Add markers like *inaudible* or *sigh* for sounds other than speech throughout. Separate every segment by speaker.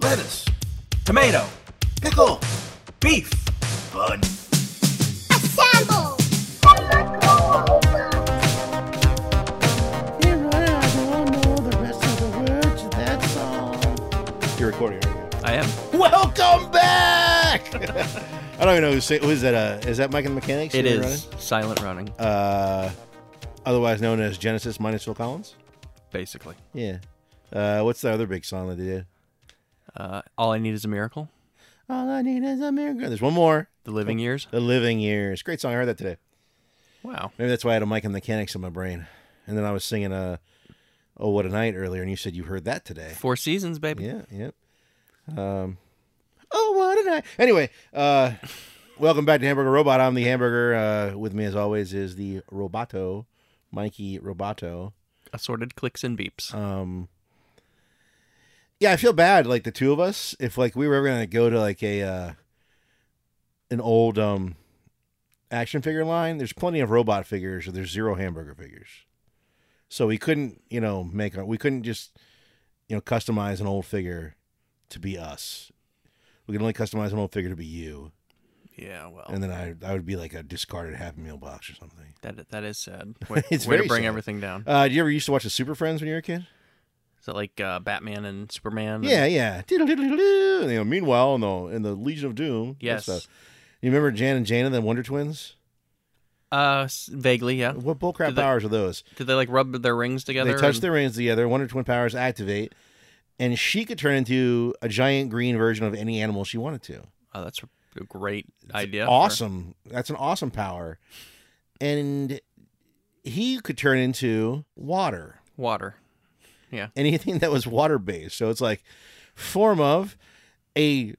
Speaker 1: lettuce,
Speaker 2: tomato,
Speaker 1: pickle,
Speaker 2: beef,
Speaker 1: bun.
Speaker 3: Assemble!
Speaker 4: Yeah, right. I don't know the rest of the words. That's all.
Speaker 5: You're recording, aren't you?
Speaker 2: I am.
Speaker 5: Welcome back. I don't even know who's say. Who is that? Uh, is that Mike and the Mechanics?
Speaker 2: It
Speaker 5: who we're
Speaker 2: is silent running,
Speaker 5: running? Uh, otherwise known as Genesis minus Phil Collins.
Speaker 2: basically.
Speaker 5: Yeah. Uh, what's the other big song that they did?
Speaker 2: Uh, all I need is a miracle.
Speaker 5: All I need is a miracle. There's one more.
Speaker 2: The living years.
Speaker 5: The Living Years. Great song. I heard that today.
Speaker 2: Wow.
Speaker 5: Maybe that's why I had a Mike and the Mechanics in my brain. And then I was singing uh, "Oh What a Night" earlier, and you said you heard that today.
Speaker 2: Four seasons, baby.
Speaker 5: Yeah, yep. Um, oh, what a night. Anyway, uh, welcome back to Hamburger Robot. I'm the Hamburger. Uh, with me, as always, is the Roboto, Mikey Roboto.
Speaker 2: Assorted clicks and beeps.
Speaker 5: Um, yeah, I feel bad. Like the two of us, if like we were ever gonna go to like a uh, an old um action figure line, there's plenty of robot figures, or there's zero hamburger figures. So we couldn't, you know, make our, we couldn't just, you know, customize an old figure to be us. We could only customize an old figure to be you,
Speaker 2: yeah. Well,
Speaker 5: and then I I would be like a discarded Happy Meal box or something.
Speaker 2: that that
Speaker 5: *laughs*
Speaker 2: is sad. Way,
Speaker 5: It's
Speaker 2: way to
Speaker 5: very
Speaker 2: bring
Speaker 5: sad.
Speaker 2: everything down.
Speaker 5: Uh, do you ever used to watch the Super Friends when you were a kid?
Speaker 2: Is that like uh, Batman and Superman?
Speaker 5: Yeah, yeah. Diddle-diddle-diddle-doo. And, You know, meanwhile, in the in the Legion of Doom. that
Speaker 2: Yes.
Speaker 5: stuff. You remember Jan and Jana, the Wonder Twins?
Speaker 2: Uh, s- vaguely. Yeah.
Speaker 5: What bullcrap
Speaker 2: Did they-
Speaker 5: powers are those?
Speaker 2: Did they like rub their rings together?
Speaker 5: They touch
Speaker 2: and-
Speaker 5: their rings together. Wonder Twin powers activate, and she could turn into a giant green version of any animal she wanted to.
Speaker 2: Oh, that's a great idea. for-
Speaker 5: awesome. That's an awesome power. And he could turn into water.
Speaker 2: Water.
Speaker 5: anything that was water based. So it's like form of a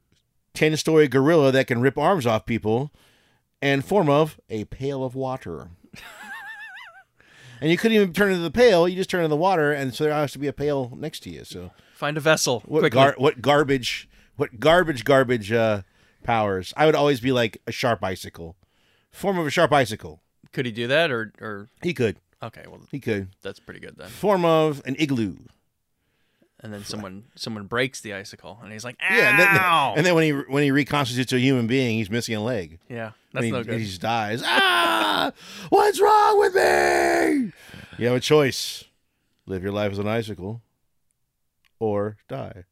Speaker 5: 10 story gorilla that can rip arms off people and form of a pail of water. and you couldn't even turn into the pail, you just turn into the water and so there has to be a pail next to you. So
Speaker 2: Find a vessel.
Speaker 5: what
Speaker 2: quickly.
Speaker 5: gar- what garbage what garbage garbage uh powers. I would always be like a sharp icicle. Form of a sharp icicle.
Speaker 2: Could he do that or or?
Speaker 5: He could.
Speaker 2: Okay. Well,
Speaker 5: He could.
Speaker 2: that's pretty good then.
Speaker 5: Form of an igloo.
Speaker 2: And then someone someone breaks the icicle and he's like, ow.
Speaker 5: Yeah, and then, *laughs* and then when he when he reconstitutes a human being, he's missing a leg.
Speaker 2: yeah.
Speaker 5: And
Speaker 2: That's
Speaker 5: he,
Speaker 2: no good.
Speaker 5: He just dies. Ah, what's wrong with me? You have a choice: live your life as an icicle, or die.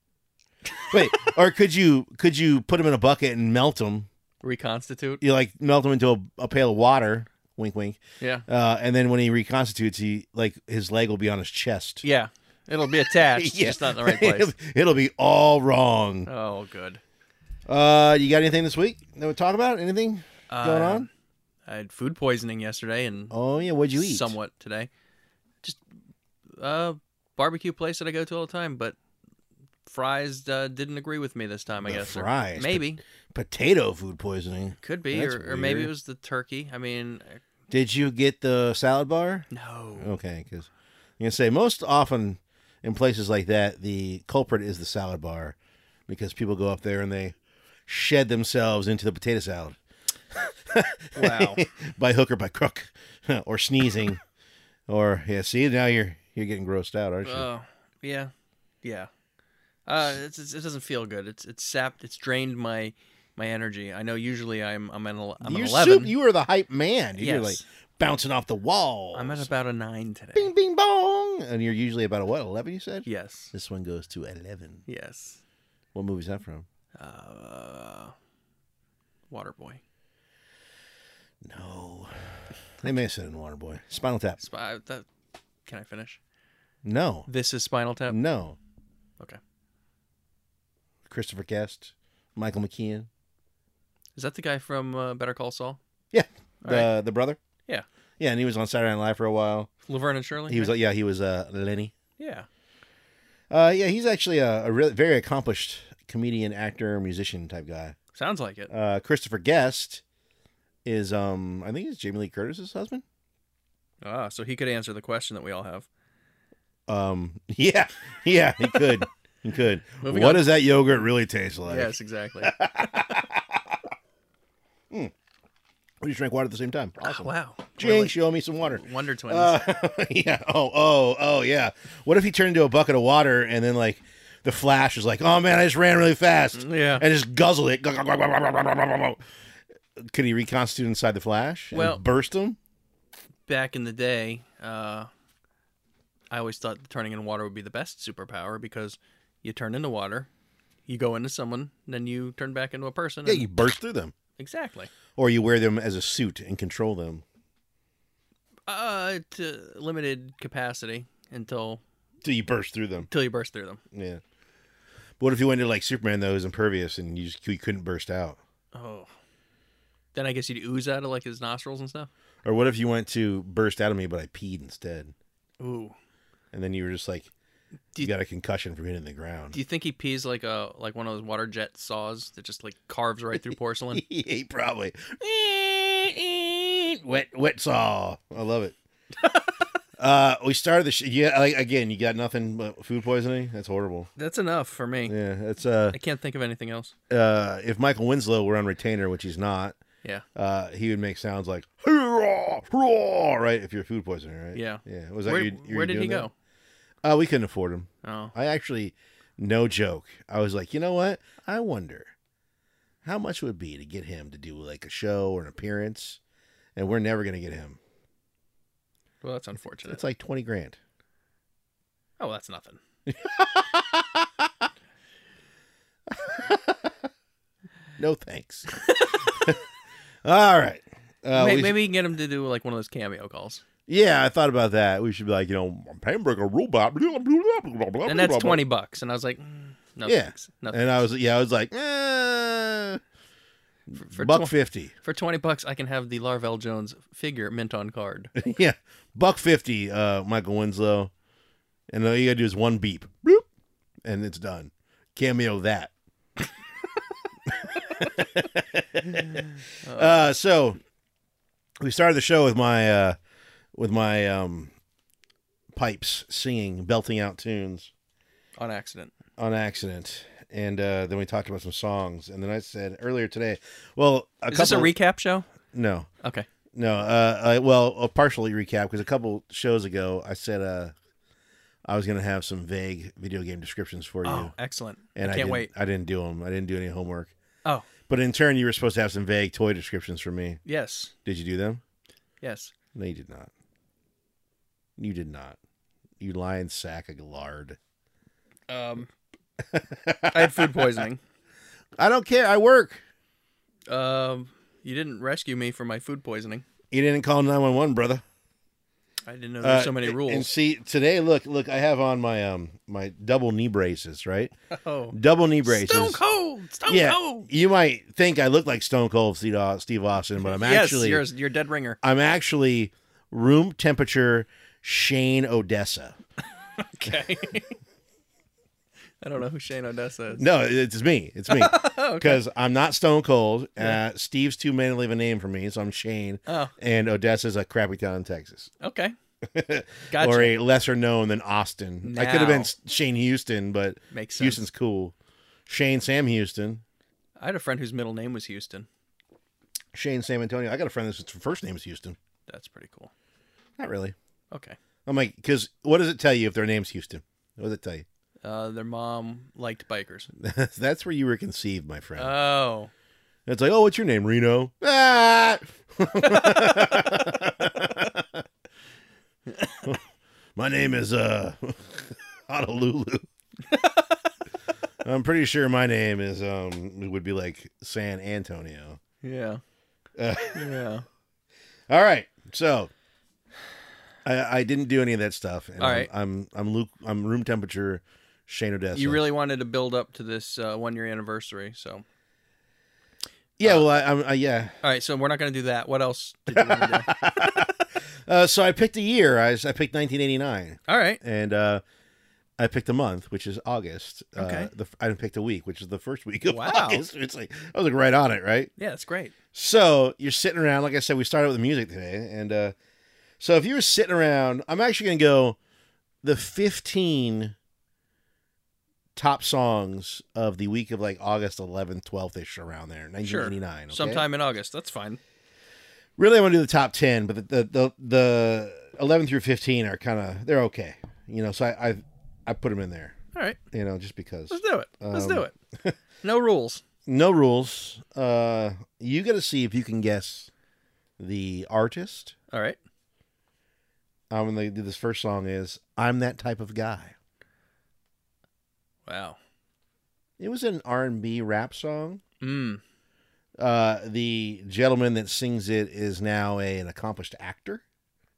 Speaker 2: *laughs*
Speaker 5: Wait, or could you could you put him in a bucket and melt him?
Speaker 2: Reconstitute.
Speaker 5: You like melt him into a, a pail of water. Wink, wink.
Speaker 2: Yeah.
Speaker 5: Uh, and then when he reconstitutes, he like his leg will be on his chest.
Speaker 2: Yeah. It'll
Speaker 5: *laughs*
Speaker 2: be attached,
Speaker 5: Yeah.
Speaker 2: just not in the right place.
Speaker 5: *laughs* It'll be all wrong.
Speaker 2: oh, good.
Speaker 5: Uh, you got anything this week that we talk about? Anything going
Speaker 2: Uh,
Speaker 5: on?
Speaker 2: I had food poisoning yesterday and
Speaker 5: Oh yeah, what'd you eat?
Speaker 2: somewhat today. Just uh barbecue place that I go to all the time, but fries uh, didn't agree with me this time, I
Speaker 5: The
Speaker 2: guess. or
Speaker 5: fries, but-
Speaker 2: Maybe.
Speaker 5: potato food poisoning.
Speaker 2: Could be.
Speaker 5: That's
Speaker 2: Or, or maybe it
Speaker 5: weird.
Speaker 2: was the turkey. I mean, uh,
Speaker 5: Did you get the salad bar?
Speaker 2: no.
Speaker 5: Okay, because you can say most often in places like that, the culprit is the salad bar because people go up there and they shed themselves into the potato salad
Speaker 2: *laughs* Wow.
Speaker 5: *laughs* by hook or by crook, *laughs* or sneezing, or yeah. See, now you're you're getting grossed out, aren't you?
Speaker 2: Oh, yeah. Yeah. Uh, it's, it's, it doesn't feel good. It's it's sapped. It's drained my my energy. I know. Usually, I'm I'm at a, I'm
Speaker 5: you're
Speaker 2: an eleven.
Speaker 5: sup- you were the hype man. You're
Speaker 2: Yes.
Speaker 5: like bouncing off the wall.
Speaker 2: I'm at about a nine today.
Speaker 5: bing bing bong, and you're usually about a what eleven? You said.
Speaker 2: Yes.
Speaker 5: This one goes to eleven.
Speaker 2: Yes.
Speaker 5: What movie is that from?
Speaker 2: Uh, Waterboy.
Speaker 5: No. They may have said it in Waterboy. Spinal Tap.
Speaker 2: Sp- I- that, can I finish?
Speaker 5: No.
Speaker 2: This is Spinal Tap.
Speaker 5: No.
Speaker 2: Okay.
Speaker 5: Christopher Guest. Michael McKean.
Speaker 2: Is that the guy from uh, Better Call Saul?
Speaker 5: Yeah.
Speaker 2: All
Speaker 5: The the brother.
Speaker 2: Yeah.
Speaker 5: Yeah, and he was on Saturday Night Live for a while.
Speaker 2: Laverne and Shirley.
Speaker 5: He was
Speaker 2: right?
Speaker 5: yeah, he was uh Lenny.
Speaker 2: yeah.
Speaker 5: Uh yeah, he's actually a, a really very accomplished comedian, actor, musician type guy.
Speaker 2: Sounds like it.
Speaker 5: Uh Christopher Guest is um I think he's Jamie Lee Curtis's husband.
Speaker 2: ah, so he could answer the question that we all have.
Speaker 5: Um *laughs* yeah. Yeah, he could. he could.
Speaker 2: *laughs* Moving
Speaker 5: what
Speaker 2: on.
Speaker 5: does that yogurt really taste like? *laughs*
Speaker 2: yes, exactly.
Speaker 5: We just drank water at the same time.
Speaker 2: Oh, wow.
Speaker 5: Jinx, you owe me some water.
Speaker 2: Wonder Twins.
Speaker 5: *laughs* Uh, yeah. Oh, oh, oh, yeah. What if he turned into a bucket of water and then like the Flash was like, "Oh man, I just ran really fast,"
Speaker 2: Mm, Yeah.
Speaker 5: and just guzzled it. Could he reconstitute inside the Flash? and
Speaker 2: Well-
Speaker 5: burst him.
Speaker 2: Back in the day, uh, I always thought turning in water would be the best superpower because you turn into water, you go into someone, then you turn back into a person.
Speaker 5: Yeah,
Speaker 2: and-
Speaker 5: you burst through them,
Speaker 2: exactly.
Speaker 5: or you wear them as a suit and control them.
Speaker 2: Uh, to limited capacity until
Speaker 5: So you burst through them.
Speaker 2: until you burst through them.
Speaker 5: Yeah. But what if you went to like Superman though, who's impervious and you just you couldn't burst out?
Speaker 2: Oh. Then I guess you'd ooze out of like his nostrils and stuff.
Speaker 5: Or what if you went to burst out of me, but I peed instead,
Speaker 2: Ooh.
Speaker 5: and then you were just like,
Speaker 2: Do
Speaker 5: you
Speaker 2: you-
Speaker 5: got a concussion from hitting the ground.
Speaker 2: Do you think he pees like a like one of those water jet saws that just like carves right *laughs* through porcelain?
Speaker 5: *laughs* he probably wet wet saw. I love it. uh, we started the sh- yeah. Like again, you got nothing but food poisoning. That's horrible.
Speaker 2: That's enough for me.
Speaker 5: Yeah, that's uh,
Speaker 2: I can't think of anything else.
Speaker 5: uh. If Michael Winslow were on retainer, which he's not,
Speaker 2: Yeah.
Speaker 5: uh, he would make sounds like hurrah, hurrah, right? If you're food poisoning, right?
Speaker 2: Yeah.
Speaker 5: yeah. Was that
Speaker 2: Where,
Speaker 5: you, you were
Speaker 2: where did he
Speaker 5: doing
Speaker 2: go?
Speaker 5: that? Uh, we couldn't afford him.
Speaker 2: Oh.
Speaker 5: I actually, no joke. I was like, you know what? I wonder how much it would be to get him to do like a show or an appearance, and we're never gonna get him.
Speaker 2: Well, that's unfortunate.
Speaker 5: It's like twenty grand.
Speaker 2: oh, that's nothing.
Speaker 5: No thanks. All right. Uh,
Speaker 2: May-
Speaker 5: we-
Speaker 2: maybe, you can get him to do like one of those cameo calls.
Speaker 5: Yeah, I thought about that. We should be like, you know, I'm Pembroke, a robot. Blah, blah, blah, blah, blah,
Speaker 2: And that's
Speaker 5: blah, blah.
Speaker 2: 20 bucks. And I was like, mm, no
Speaker 5: Yeah.
Speaker 2: thanks. No
Speaker 5: And I was, yeah, I was like, eh,
Speaker 2: thanks. for,
Speaker 5: buck
Speaker 2: twen-
Speaker 5: fifty. *laughs*
Speaker 2: for 20 bucks, I can have the Larvell Jones figure mint on card.
Speaker 5: yeah, buck fifty. Uh, Michael Winslow, and all you gotta do is one beep, Bloop. and it's done. Cameo that. *laughs* uh, so we started the show with my uh, with my um, pipes singing, belting out tunes
Speaker 2: on accident.
Speaker 5: on accident. And uh, then we talked about some songs, and then I said earlier today, well, a
Speaker 2: Is this a
Speaker 5: couple.
Speaker 2: recap show?
Speaker 5: no,
Speaker 2: Okay.
Speaker 5: no, uh, uh well, a partially recap because a couple shows ago I said uh, I was gonna have some vague video game descriptions for you,
Speaker 2: Oh, excellent.
Speaker 5: and
Speaker 2: I
Speaker 5: didn't,
Speaker 2: can't wait.
Speaker 5: I didn't do them. I didn't do any homework.
Speaker 2: Oh,
Speaker 5: But in turn, you were supposed to have some vague toy descriptions for me.
Speaker 2: yes.
Speaker 5: Did you do them?
Speaker 2: Yes.
Speaker 5: No, you did not. You did not. You lying sack of lard.
Speaker 2: Um, I had food poisoning.
Speaker 5: I don't care. I work.
Speaker 2: Um, you didn't rescue me from my food poisoning.
Speaker 5: You didn't call nine one one, brother.
Speaker 2: I didn't know there's
Speaker 5: Uh,
Speaker 2: so many
Speaker 5: and-
Speaker 2: rules.
Speaker 5: And see today, look, look, I have on my um my double knee braces, right?
Speaker 2: oh,
Speaker 5: Double knee braces.
Speaker 2: stone cold, stone
Speaker 5: yeah,
Speaker 2: cold.
Speaker 5: you might think I look like Stone Cold Steve Au- Steve Austin, but I'm actually
Speaker 2: yes, you're you're
Speaker 5: *laughs*
Speaker 2: dead ringer.
Speaker 5: I'm actually room temperature Shane Odessa.
Speaker 2: Okay. *laughs* I don't know who Shane Odessa is.
Speaker 5: No, it's me. It's
Speaker 2: *laughs*
Speaker 5: me because I'm not Stone Cold. Uh, Steve's too manly of a name for me, so I'm Shane.
Speaker 2: Oh.
Speaker 5: And Odessa's a crappy town in Texas, *laughs*
Speaker 2: Okay. Gotcha.
Speaker 5: or a lesser known than Austin. I could have been
Speaker 2: Now.
Speaker 5: Shane Houston, but
Speaker 2: Makes sense.
Speaker 5: Houston's cool. Shane Sam Houston.
Speaker 2: I had a friend whose middle name was Houston.
Speaker 5: Shane Sam Antonio. I got a friend that's first name is Houston.
Speaker 2: That's pretty cool.
Speaker 5: Not really.
Speaker 2: Okay.
Speaker 5: I'm like, because what does it tell you if their name's Houston? What does it tell you? *laughs*
Speaker 2: Uh, their mom liked bikers.
Speaker 5: That's where you were conceived, my friend.
Speaker 2: Oh.
Speaker 5: it's like, oh, what's your name, Reno? Ah! *laughs* my name is uh, *laughs* Honolulu. I'm pretty sure my name is um, it would be like San Antonio.
Speaker 2: Yeah.
Speaker 5: Uh, *laughs*
Speaker 2: Yeah.
Speaker 5: all right, so I, I didn't do any of that stuff. And
Speaker 2: All
Speaker 5: I'm-
Speaker 2: right.
Speaker 5: I'm, I'm Luke. I'm room temperature. Shane Odessa.
Speaker 2: You really wanted to build up to this uh, one year anniversary, so
Speaker 5: Yeah.
Speaker 2: Uh,
Speaker 5: Well, I, I'm. I, yeah.
Speaker 2: all right. So we're not going to do that. What else? Did you
Speaker 5: *laughs*
Speaker 2: want to do?
Speaker 5: Uh, so I picked a year. I, I picked 1989,
Speaker 2: All right.
Speaker 5: and uh, I picked a month, which is August. Uh,
Speaker 2: Okay.
Speaker 5: the, I picked a week, which is the first week of
Speaker 2: Wow.
Speaker 5: August. *laughs* It's like I was like right on it, right?
Speaker 2: Yeah, that's great.
Speaker 5: So you're sitting around. Like I said, we started with the music today, and uh, so if you were sitting around, I'm actually gonna go the 15 top songs of the week of like August 11th, 12th ish around there, 1989. okay?
Speaker 2: Sometime in August. That's fine.
Speaker 5: really I want to do the top ten, but the the the, the eleven through fifteen are kind of they're okay, you know. So I I, I put them in there.
Speaker 2: All right,
Speaker 5: you know, just because.
Speaker 2: let's do it. Let's
Speaker 5: Um,
Speaker 2: do it.
Speaker 5: *laughs*
Speaker 2: No rules.
Speaker 5: No rules. Uh, you got to see if you can guess the artist.
Speaker 2: All right.
Speaker 5: Um, and they do this first song is "I'm That Type of Guy."
Speaker 2: Wow.
Speaker 5: It was an R and B rap song.
Speaker 2: Mm.
Speaker 5: Uh, the gentleman that sings it is now a, an accomplished actor,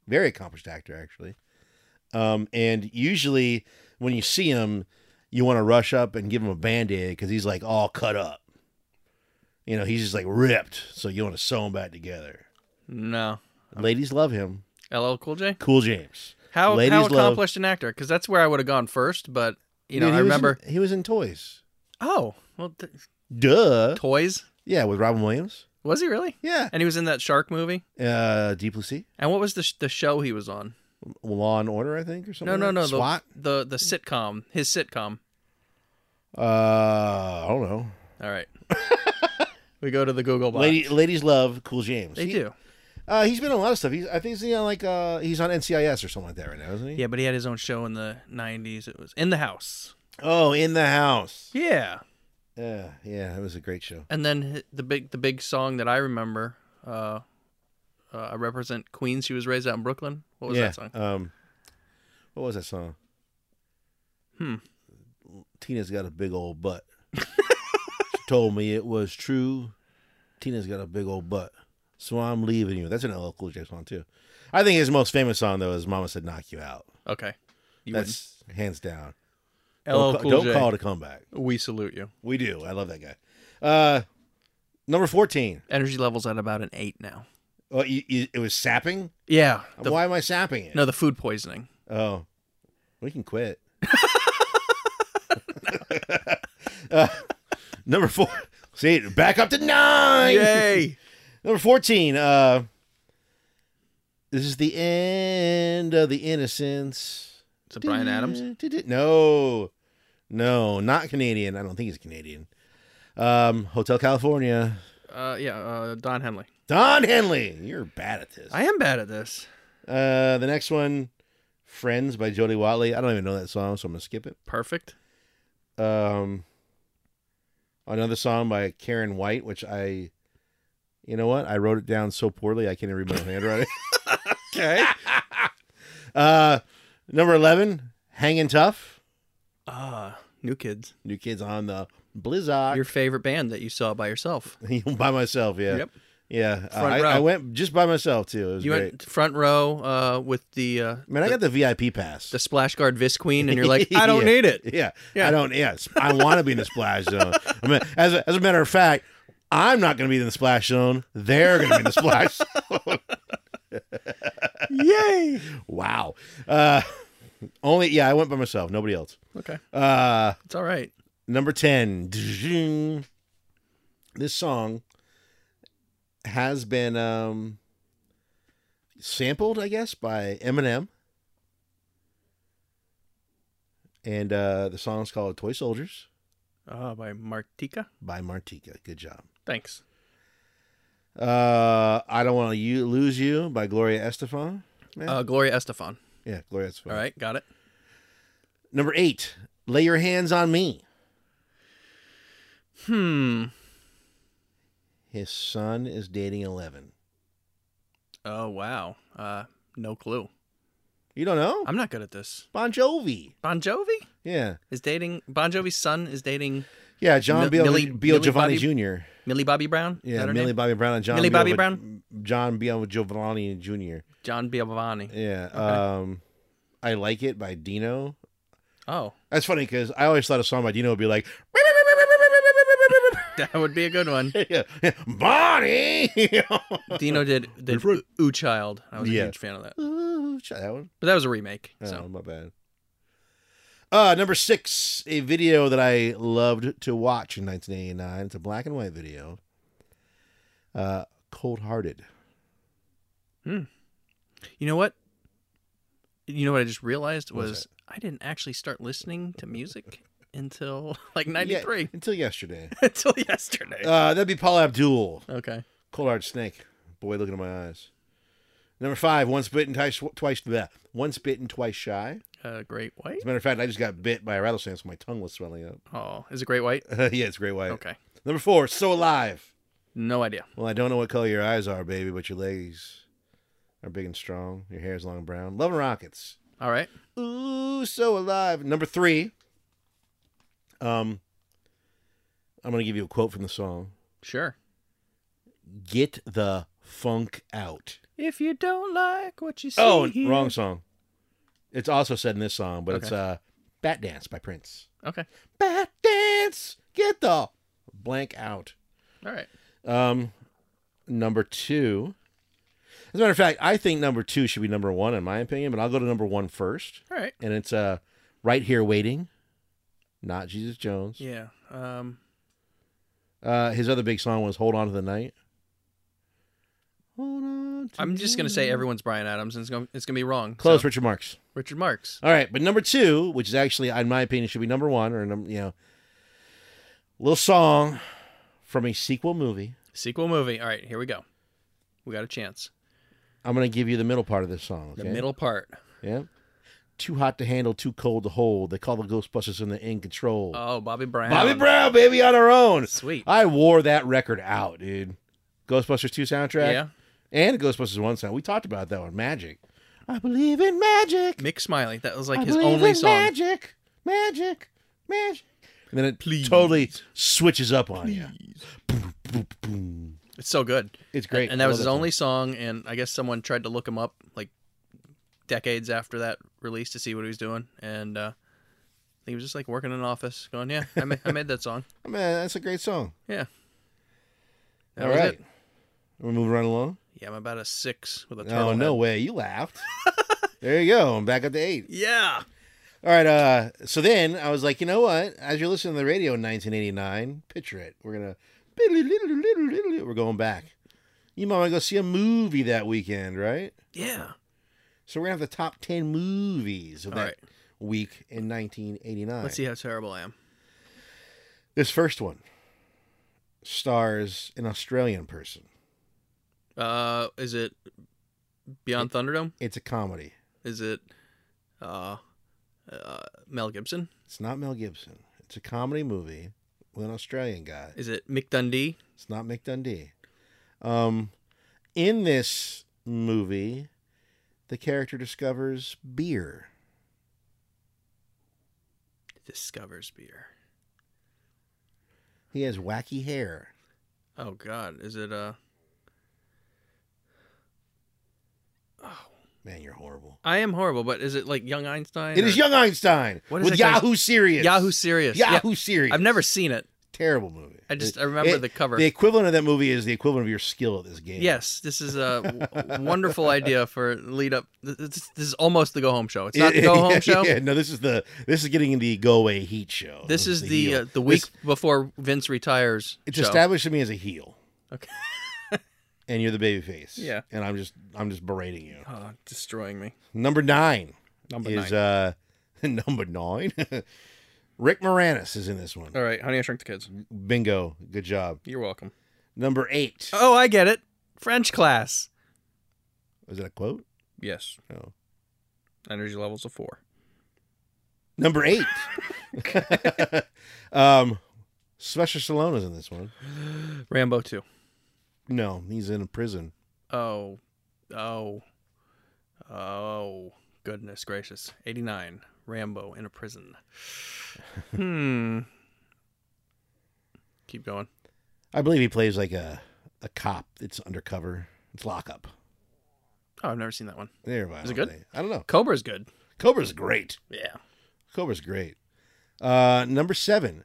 Speaker 5: very accomplished actor actually. Um, and usually when you see him, you want to rush up and give him a band aid because he's like all cut up. You know, he's just like ripped, so you want to sew him back together.
Speaker 2: No.
Speaker 5: Ladies love him.
Speaker 2: LL Cool J.
Speaker 5: Cool James.
Speaker 2: How
Speaker 5: Ladies
Speaker 2: how
Speaker 5: love-
Speaker 2: accomplished an actor? Because that's where I would have gone first. But you know,
Speaker 5: Dude, he
Speaker 2: I
Speaker 5: was in-
Speaker 2: remember.
Speaker 5: he was in Toys.
Speaker 2: Oh, well, th-
Speaker 5: Duh.
Speaker 2: toys.
Speaker 5: Yeah, with Robin Williams.
Speaker 2: Was he really?
Speaker 5: Yeah.
Speaker 2: And he was in that shark movie.
Speaker 5: Uh, Deep Blue Sea,
Speaker 2: And what was the sh- the show he was on?
Speaker 5: Law and Order, I think, or something.
Speaker 2: No, no,
Speaker 5: like that.
Speaker 2: no.
Speaker 5: SWAT.
Speaker 2: The, the the sitcom. His sitcom.
Speaker 5: Uh, I don't know.
Speaker 2: All right. *laughs* we go to the Google box.
Speaker 5: Lady, ladies love Cool James.
Speaker 2: they
Speaker 5: He-
Speaker 2: do.
Speaker 5: Uh, he's been in a lot of stuff. He's, I think he's on like uh, he's on NCIS or something like that right now, isn't he?
Speaker 2: Yeah, but he had his own show in the '90s. It was in the house.
Speaker 5: Oh, in the house.
Speaker 2: Yeah.
Speaker 5: Yeah, yeah, it was a great show.
Speaker 2: And then hi- the big the big song that I remember. Uh, uh, I represent Queens. She was raised out in Brooklyn. What was
Speaker 5: yeah.
Speaker 2: that song?
Speaker 5: Um, what was that song?
Speaker 2: Hmm.
Speaker 5: Tina's got a big old butt. *laughs* she told me it was true. Tina's got a big old butt, so I'm leaving you. That's an LL Cool J song too. I think his most famous song though is "Mama Said Knock You Out."
Speaker 2: Okay. You
Speaker 5: That's hands down.
Speaker 2: win. LL
Speaker 5: don't ca-
Speaker 2: Cool
Speaker 5: don't
Speaker 2: J.
Speaker 5: call it a comeback.
Speaker 2: We salute you.
Speaker 5: We do. I love that guy. Uh, number fourteen.
Speaker 2: Energy levels at about an eight now.
Speaker 5: Oh, you, you, it was sapping.
Speaker 2: Yeah. the-
Speaker 5: Why am I sapping it?
Speaker 2: no, the food poisoning.
Speaker 5: Oh, we can
Speaker 2: *laughs*
Speaker 5: quit. *laughs* Uh, number four. See, back up to nine.
Speaker 2: Yay!
Speaker 5: Number fourteen. Uh, this is the end of the innocence.
Speaker 2: Is it Brian Adams?
Speaker 5: No, no, not Canadian. I don't think he's Canadian. Um, Hotel California.
Speaker 2: *laughs* Uh, yeah, uh, Don Henley.
Speaker 5: Don Henley. You're bad at this.
Speaker 2: I am bad at this.
Speaker 5: Uh, the next one, Friends by Jody Watley. I don't even know that song, so I'm gonna skip it.
Speaker 2: Perfect.
Speaker 5: Um, another song by Karen White, which I, you know what, I wrote it down so poorly I can't even read my own handwriting.
Speaker 2: *laughs*
Speaker 5: *laughs*
Speaker 2: Okay.
Speaker 5: Uh, number eleven, Hanging Tough.
Speaker 2: Ah, New Kids.
Speaker 5: New Kids on the Blizzard.
Speaker 2: Your favorite band that you saw by yourself.
Speaker 5: *laughs* by myself, yeah,
Speaker 2: Yep.
Speaker 5: yeah. Uh,
Speaker 2: Front
Speaker 5: I,
Speaker 2: row.
Speaker 5: I went just by myself too. It was
Speaker 2: You
Speaker 5: great.
Speaker 2: went front row uh, with the uh,
Speaker 5: Man, I got the VIP pass.
Speaker 2: the splash guard Vis Queen, and you're like,
Speaker 5: *laughs*
Speaker 2: I
Speaker 5: Yeah.
Speaker 2: don't need it.
Speaker 5: Yeah.
Speaker 2: Yeah.
Speaker 5: I don't. Yes, I want to be in the splash zone. I mean, as a, as a matter of fact, I'm not going to be in the splash zone. They're going to be in the splash. *laughs* zone.
Speaker 2: Yay!
Speaker 5: wow. Uh, only yeah, I went by myself. Nobody else.
Speaker 2: Okay,
Speaker 5: Uh,
Speaker 2: it's all right.
Speaker 5: number ten. This song has been um, sampled, I guess, by Eminem. And uh, the song's called Toy Soldiers.
Speaker 2: Ah, by Martika.
Speaker 5: by Martika. Good job.
Speaker 2: Thanks.
Speaker 5: Uh, I don't want to you, lose you by Gloria Estefan. Yeah,
Speaker 2: Uh, Gloria Estefan.
Speaker 5: yeah Gloria Estefan.
Speaker 2: All right, got it.
Speaker 5: Number eight, lay your hands on me.
Speaker 2: Hmm.
Speaker 5: His son is dating eleven.
Speaker 2: Oh wow. Uh, no clue.
Speaker 5: You don't know
Speaker 2: I'm not good at this.
Speaker 5: Bon Jovi.
Speaker 2: Bon Jovi
Speaker 5: Yeah,
Speaker 2: is dating. Bon Jovi's son is dating
Speaker 5: yeah. John
Speaker 2: Mi-
Speaker 5: Biel,
Speaker 2: Millie-
Speaker 5: Biel
Speaker 2: Millie
Speaker 5: Giovanni
Speaker 2: Bobby-
Speaker 5: Jr.
Speaker 2: Millie Bobby Brown. Is
Speaker 5: Yeah,
Speaker 2: that her
Speaker 5: Millie
Speaker 2: name?
Speaker 5: Bobby Brown and John
Speaker 2: Millie
Speaker 5: Biel,
Speaker 2: Bobby
Speaker 5: but-
Speaker 2: Brown?
Speaker 5: John Biel Giovanni Jr.
Speaker 2: John Biavani.
Speaker 5: Yeah.
Speaker 2: Okay.
Speaker 5: Um, I like it by Dino.
Speaker 2: Oh, *laughs*
Speaker 5: That's funny because I always thought a song by Dino would be like. *laughs*
Speaker 2: that would be a good
Speaker 5: *laughs*
Speaker 2: one.
Speaker 5: yeah, yeah, Bonnie. *laughs*
Speaker 2: Dino did did
Speaker 5: Different.
Speaker 2: Ooh Child. I was a
Speaker 5: Yeah.
Speaker 2: huge fan of that.
Speaker 5: Ooh, try that one.
Speaker 2: But that was a remake.
Speaker 5: Oh,
Speaker 2: So
Speaker 5: my bad. Uh, number six, a video that I loved to watch in 1989. It's a black and white video. Uh, Cold Hearted.
Speaker 2: you know what? You know what I just realized
Speaker 5: Oh. What was
Speaker 2: was I didn't actually start listening
Speaker 5: *laughs*
Speaker 2: to music until *laughs* like '93
Speaker 5: Yeah, until yesterday.
Speaker 2: until yesterday.
Speaker 5: Uh, that'd be Paul Abdul.
Speaker 2: okay.
Speaker 5: Cold Hearted Snake. Boy, look into my eyes. Number five, once bitten, twice, twice, bleh. once bitten, twice shy.
Speaker 2: uh, great white?
Speaker 5: As a matter of fact, I just got bit by a rattlesnake, so my tongue was swelling up. *laughs*
Speaker 2: Oh, is it great white?
Speaker 5: yeah, it's great white.
Speaker 2: Okay,
Speaker 5: Number four, so alive.
Speaker 2: no idea.
Speaker 5: Well, I don't know what color your eyes are, baby, but your legs are big and strong. Your hair is long and brown. Loving rockets.
Speaker 2: All right,
Speaker 5: Ooh, so alive. Number three. Um, I'm gonna give you a quote from the song.
Speaker 2: sure.
Speaker 5: Get the funk out.
Speaker 2: If you don't like what you see,
Speaker 5: Oh,
Speaker 2: here-
Speaker 5: wrong song. It's also said in this song, but it's
Speaker 2: Okay.
Speaker 5: uh, "Bat Dance" by Prince.
Speaker 2: Okay,
Speaker 5: Bat Dance. Get the blank out.
Speaker 2: all right.
Speaker 5: Um, number two. As a matter of fact, I think number two should be number one in my opinion, but I'll go to number one first.
Speaker 2: All right.
Speaker 5: and it's uh right here waiting not jesus jones
Speaker 2: Yeah. Um,
Speaker 5: uh his other big song was hold on to the night hold on to
Speaker 2: I'm just gonna
Speaker 5: the
Speaker 2: say
Speaker 5: night.
Speaker 2: everyone's Brian Adams, and it's gonna it's gonna be wrong.
Speaker 5: close
Speaker 2: so-
Speaker 5: richard marks
Speaker 2: Richard Marks.
Speaker 5: all right but number two which is actually in my opinion should be number one or num- you know little song from a sequel movie
Speaker 2: Sequel movie. All right, here we go. We got a chance.
Speaker 5: i'm gonna give you the middle part of this song
Speaker 2: The
Speaker 5: okay?
Speaker 2: middle part.
Speaker 5: yeah too hot to handle too cold to hold they call the ghostbusters in the in control
Speaker 2: Oh, Bobby Brown.
Speaker 5: bobby brown baby on her own
Speaker 2: Sweet.
Speaker 5: I wore that record out, dude. Ghostbusters 2 soundtrack
Speaker 2: Yeah.
Speaker 5: and Ghostbusters 1 sound. We talked about that one. Magic. I believe in magic.
Speaker 2: Mick Smiley. That was like
Speaker 5: I
Speaker 2: his
Speaker 5: believe
Speaker 2: only
Speaker 5: in
Speaker 2: song.
Speaker 5: Magic. Magic. Magic. And then it totally switches up on you. Boom, boom, boom.
Speaker 2: It's so good.
Speaker 5: It's great.
Speaker 2: And that
Speaker 5: I
Speaker 2: was
Speaker 5: love
Speaker 2: his
Speaker 5: song.
Speaker 2: only song. And I guess someone tried to look him up like decades after that release to see what he was doing. And uh, he was just like working in an office, going, "Yeah, I, ma- I made that song. *laughs*
Speaker 5: Man, that's a great song.
Speaker 2: Yeah." That
Speaker 5: All
Speaker 2: was
Speaker 5: right.
Speaker 2: it.
Speaker 5: We're moving right along.
Speaker 2: Yeah, I'm about a six with a turtle.
Speaker 5: Oh, no
Speaker 2: head.
Speaker 5: way. You laughed. *laughs* there you go. I'm back up to eight.
Speaker 2: Yeah.
Speaker 5: All right. Uh, so then I was like, you know what? As you're listening to the radio in 1989, picture it. We're gonna, *laughs* we're going back. You might want to go see a movie that weekend, right?
Speaker 2: Yeah.
Speaker 5: So we're gonna have the top ten movies of
Speaker 2: All
Speaker 5: that
Speaker 2: right.
Speaker 5: week in 1989.
Speaker 2: Let's see how terrible I am.
Speaker 5: This first one stars an Australian person.
Speaker 2: Uh, is it Beyond Thunderdome?
Speaker 5: It's a comedy.
Speaker 2: Is it uh, uh, Mel Gibson?
Speaker 5: It's not Mel Gibson. It's a comedy movie with an Australian guy.
Speaker 2: Is it Mick Dundee?
Speaker 5: It's not Mick Dundee. Um, in this movie, the character discovers beer.
Speaker 2: Discovers beer.
Speaker 5: He has wacky hair.
Speaker 2: Oh God, is it uh?
Speaker 5: Man, you're horrible.
Speaker 2: I am horrible, but is it like Young Einstein?
Speaker 5: It
Speaker 2: or-
Speaker 5: is Young Einstein
Speaker 2: What is
Speaker 5: with
Speaker 2: that guy's-
Speaker 5: Yahoo Serious.
Speaker 2: Yahoo Serious. Yeah.
Speaker 5: Yahoo Serious.
Speaker 2: I've never seen it.
Speaker 5: terrible movie.
Speaker 2: I just
Speaker 5: It-
Speaker 2: I remember
Speaker 5: it-
Speaker 2: the cover.
Speaker 5: The equivalent of that movie is the equivalent of your skill at this game.
Speaker 2: Yes, this is a w- wonderful idea for lead up. This, this this is almost the go home show. It's not the go home
Speaker 5: Yeah, *laughs*
Speaker 2: show.
Speaker 5: yeah, no, this is the this is getting in the go away heat show.
Speaker 2: This is the
Speaker 5: heel.
Speaker 2: uh, the week
Speaker 5: This-
Speaker 2: before Vince retires.
Speaker 5: it's
Speaker 2: show.
Speaker 5: established to me as a heel.
Speaker 2: Okay.
Speaker 5: and you're the baby face.
Speaker 2: Yeah.
Speaker 5: And I'm just I'm just berating you.
Speaker 2: Oh, destroying me.
Speaker 5: Number nine
Speaker 2: Number
Speaker 5: is
Speaker 2: nine.
Speaker 5: uh *laughs* number nine. *laughs* Rick Moranis is in this one.
Speaker 2: All right, Honey, I Shrunk the Kids.
Speaker 5: Bingo. Good job.
Speaker 2: You're welcome.
Speaker 5: Number eight.
Speaker 2: Oh, I get it. French class.
Speaker 5: Is that a quote?
Speaker 2: Yes.
Speaker 5: No.
Speaker 2: Energy levels of four.
Speaker 5: Number eight. *laughs* um Sylvester Stallone is in this one.
Speaker 2: Rambo two.
Speaker 5: No, he's in a prison.
Speaker 2: Oh, oh, oh! Goodness gracious! Eighty nine. Rambo in a *laughs* prison. hmm. Keep going.
Speaker 5: I believe he plays like a a cop. It's undercover. It's lockup.
Speaker 2: Oh, I've never seen that one.
Speaker 5: There, why
Speaker 2: Is it
Speaker 5: don't
Speaker 2: good?
Speaker 5: they? I don't know.
Speaker 2: Cobra's good.
Speaker 5: Cobra's great.
Speaker 2: Yeah.
Speaker 5: Cobra's great. Uh, number seven.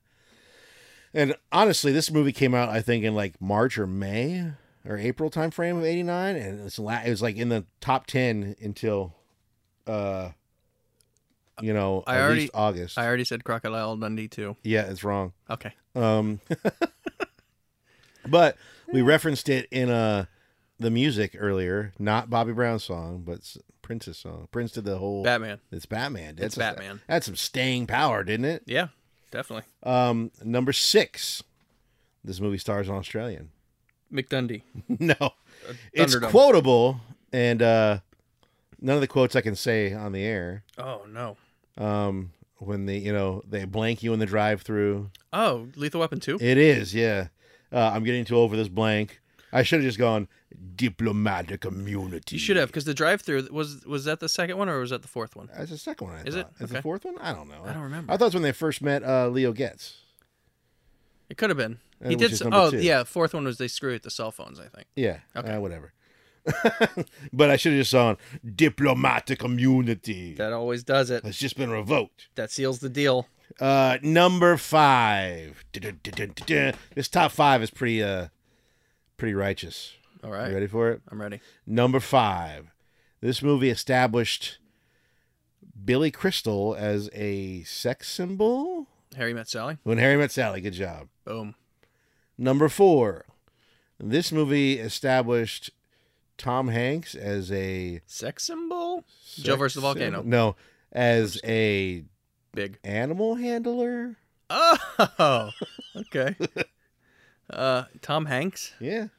Speaker 5: And honestly, this movie came out, I think, in like March or May or April time frame of '89, and it's la- it was like in the top ten until, uh, you know,
Speaker 2: I
Speaker 5: at
Speaker 2: already-
Speaker 5: least August.
Speaker 2: I already said Crocodile Dundee too.
Speaker 5: yeah, it's wrong.
Speaker 2: Okay.
Speaker 5: Um, *laughs* but
Speaker 2: Eh.
Speaker 5: we referenced it in uh the music earlier, not Bobby Brown's song, but s- Prince's song. Prince did the whole.
Speaker 2: Batman.
Speaker 5: It's Batman.
Speaker 2: It's
Speaker 5: That's a-
Speaker 2: Batman.
Speaker 5: That's some staying power, didn't it?
Speaker 2: Yeah, definitely.
Speaker 5: Um, number six. This movie stars an Australian. *laughs*
Speaker 2: McDundee.
Speaker 5: no, it's
Speaker 2: Thunderdome.
Speaker 5: quotable, and uh, none of the quotes I can say on the air.
Speaker 2: Oh no.
Speaker 5: Um, when they you know they blank you in the drive-through.
Speaker 2: Oh, Lethal Weapon two.
Speaker 5: It is, yeah. Uh, I'm getting too old for this blank. I should have just gone diplomatic immunity.
Speaker 2: You should have, because the drive-through was was that the second one or was that the fourth one?
Speaker 5: That's the second one. I
Speaker 2: Is it?
Speaker 5: thought. Is the
Speaker 2: Okay.
Speaker 5: fourth one? I don't know.
Speaker 2: I don't remember.
Speaker 5: I thought it's when they first met uh, Leo Getz.
Speaker 2: It could have been.
Speaker 5: Uh,
Speaker 2: He
Speaker 5: which
Speaker 2: did.
Speaker 5: is
Speaker 2: s-
Speaker 5: number
Speaker 2: Oh,
Speaker 5: two.
Speaker 2: yeah. Fourth one was they screw at the cell phones. I think.
Speaker 5: Yeah.
Speaker 2: Okay.
Speaker 5: Uh, whatever. *laughs* but I should have just gone diplomatic immunity.
Speaker 2: That always does it.
Speaker 5: It's just been revoked.
Speaker 2: That seals the deal.
Speaker 5: Uh, number five. *laughs* Du-du-du-du-du-du. This top five is pretty uh, pretty righteous.
Speaker 2: All
Speaker 5: You
Speaker 2: right.
Speaker 5: ready for it?
Speaker 2: I'm ready.
Speaker 5: Number five. This movie established Billy Crystal as a sex symbol.
Speaker 2: Harry met Sally.
Speaker 5: When Harry Met Sally, good job.
Speaker 2: Boom.
Speaker 5: Number four. This movie established Tom Hanks as a
Speaker 2: Sex symbol. Joe versus the volcano.
Speaker 5: No, as a
Speaker 2: Big.
Speaker 5: animal handler.
Speaker 2: Oh. *laughs*
Speaker 5: *laughs*
Speaker 2: Okay. uh, Tom Hanks.
Speaker 5: Yeah. And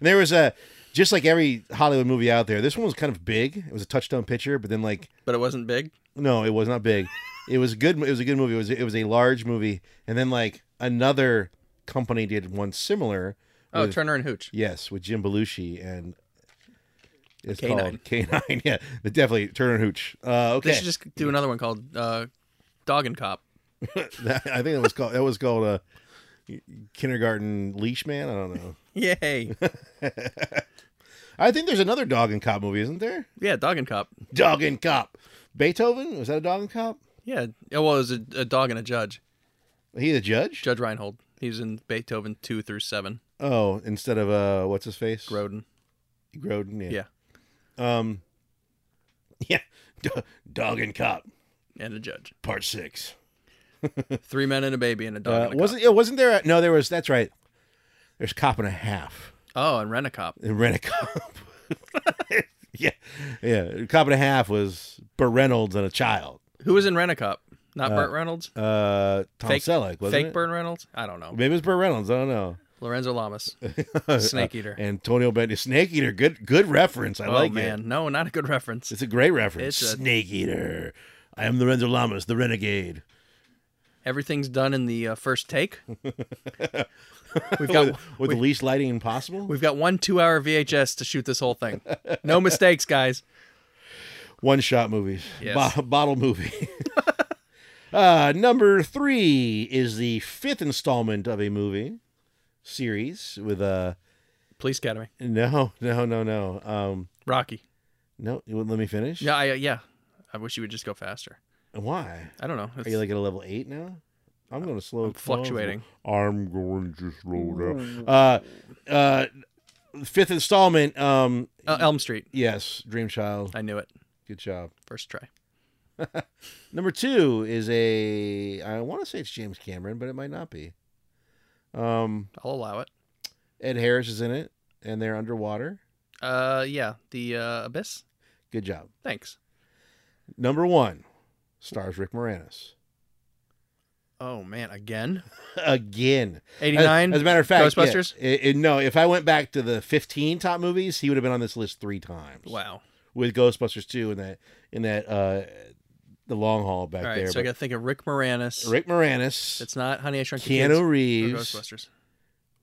Speaker 5: there was a just like every Hollywood movie out there. This one was kind of big. It was a touchdown picture, but then like
Speaker 2: But it wasn't big.
Speaker 5: no, it was not
Speaker 2: *laughs*
Speaker 5: big. It was a good. It was a good movie. It was it was a large movie, and then like another company did one similar.
Speaker 2: Oh,
Speaker 5: with-
Speaker 2: Turner and Hooch.
Speaker 5: Yes, with Jim Belushi and it's
Speaker 2: K9.
Speaker 5: called K9. *laughs* Yeah, the- definitely Turner and Hooch. Uh,
Speaker 2: They
Speaker 5: okay,
Speaker 2: should just do another one called uh, Dog and Cop.
Speaker 5: *laughs* I think it was called that was called uh, Kindergarten Leash Man. I don't know.
Speaker 2: Yay.
Speaker 5: *laughs* I think there's another Dog and Cop movie, isn't there?
Speaker 2: yeah, Dog and Cop.
Speaker 5: Dog and Cop. Beethoven was that a Dog and Cop?
Speaker 2: Yeah. Oh, Well, it was a, a dog and a judge.
Speaker 5: He the judge?
Speaker 2: Judge Reinhold. He was in Beethoven 2 through 7.
Speaker 5: oh, instead of uh, what's his face?
Speaker 2: Grodin.
Speaker 5: Groden. Yeah.
Speaker 2: Yeah.
Speaker 5: Um. *laughs* Yeah. Do- Dog and Cop
Speaker 2: And a judge.
Speaker 5: Part Six.
Speaker 2: Three men and a baby and a dog.
Speaker 5: Uh,
Speaker 2: and a
Speaker 5: wasn't yeah, wasn't there? A, no, there was. That's right. There's Cop and a Half.
Speaker 2: Cop. Oh, and Rent a Cop.
Speaker 5: and rent a cop. *laughs* yeah, yeah. Cop and a half was Burt Reynolds and a child.
Speaker 2: Who was in Rent a Cop? Not Burt Reynolds?
Speaker 5: Uh, Tom
Speaker 2: Fake-
Speaker 5: Selleck wasn't
Speaker 2: Fake
Speaker 5: it?
Speaker 2: Burt Reynolds? I
Speaker 5: *laughs*
Speaker 2: don't know.
Speaker 5: Maybe it was Burt Reynolds. I don't know. *laughs*
Speaker 2: Lorenzo Lamas. Snake Eater.
Speaker 5: Antonio Banderas. Snake Eater. Good, good reference. I
Speaker 2: oh,
Speaker 5: like
Speaker 2: man.
Speaker 5: it.
Speaker 2: No, not a good reference.
Speaker 5: It's a great reference.
Speaker 2: It's a-
Speaker 5: Snake Eater. I am Lorenzo Lamas, the renegade.
Speaker 2: Everything's done in the uh,
Speaker 5: *laughs*
Speaker 2: first take. we've got
Speaker 5: With the least lighting possible.
Speaker 2: we've got one two hour VHS to shoot this whole thing.
Speaker 5: *laughs*
Speaker 2: No mistakes, guys.
Speaker 5: One shot movies.
Speaker 2: Yes.
Speaker 5: Bo- bottle movie. *laughs* uh, number three is the fifth installment of a movie series with uh
Speaker 2: Police Academy.
Speaker 5: no no no no um
Speaker 2: Rocky.
Speaker 5: no you wouldn't let me finish
Speaker 2: Yeah, I, uh, yeah. I wish you would just go faster.
Speaker 5: why
Speaker 2: I don't know.
Speaker 5: are you like at a level eight now i'm gonna slow
Speaker 2: fluctuating.
Speaker 5: i'm going to slow down uh uh fifth installment um
Speaker 2: Uh, Elm Street.
Speaker 5: yes dream child
Speaker 2: I knew it.
Speaker 5: good job
Speaker 2: First try.
Speaker 5: Number two is a I want to say it's James Cameron, but it might not be. Um,
Speaker 2: I'll allow it.
Speaker 5: Ed Harris is in it, and they're underwater.
Speaker 2: Uh, yeah. The uh, Abyss.
Speaker 5: Good job.
Speaker 2: Thanks.
Speaker 5: Number one stars Rick Moranis
Speaker 2: Oh man,
Speaker 5: *laughs*
Speaker 2: again.
Speaker 5: again.
Speaker 2: Eighty
Speaker 5: As,
Speaker 2: nine.
Speaker 5: as a matter of fact, yeah.
Speaker 2: Ghostbusters.
Speaker 5: It- it- no, if I went back to the fifteen top movies, he would have been on this list three times.
Speaker 2: Wow.
Speaker 5: With Ghostbusters two in that in that uh the long haul back
Speaker 2: All right.
Speaker 5: there.
Speaker 2: so I
Speaker 5: but
Speaker 2: got to think of Rick Moranis.
Speaker 5: Rick Moranis,
Speaker 2: It's not Honey I Shrunk the Kids.
Speaker 5: Keanu
Speaker 2: or
Speaker 5: Reeves,
Speaker 2: Ghostbusters.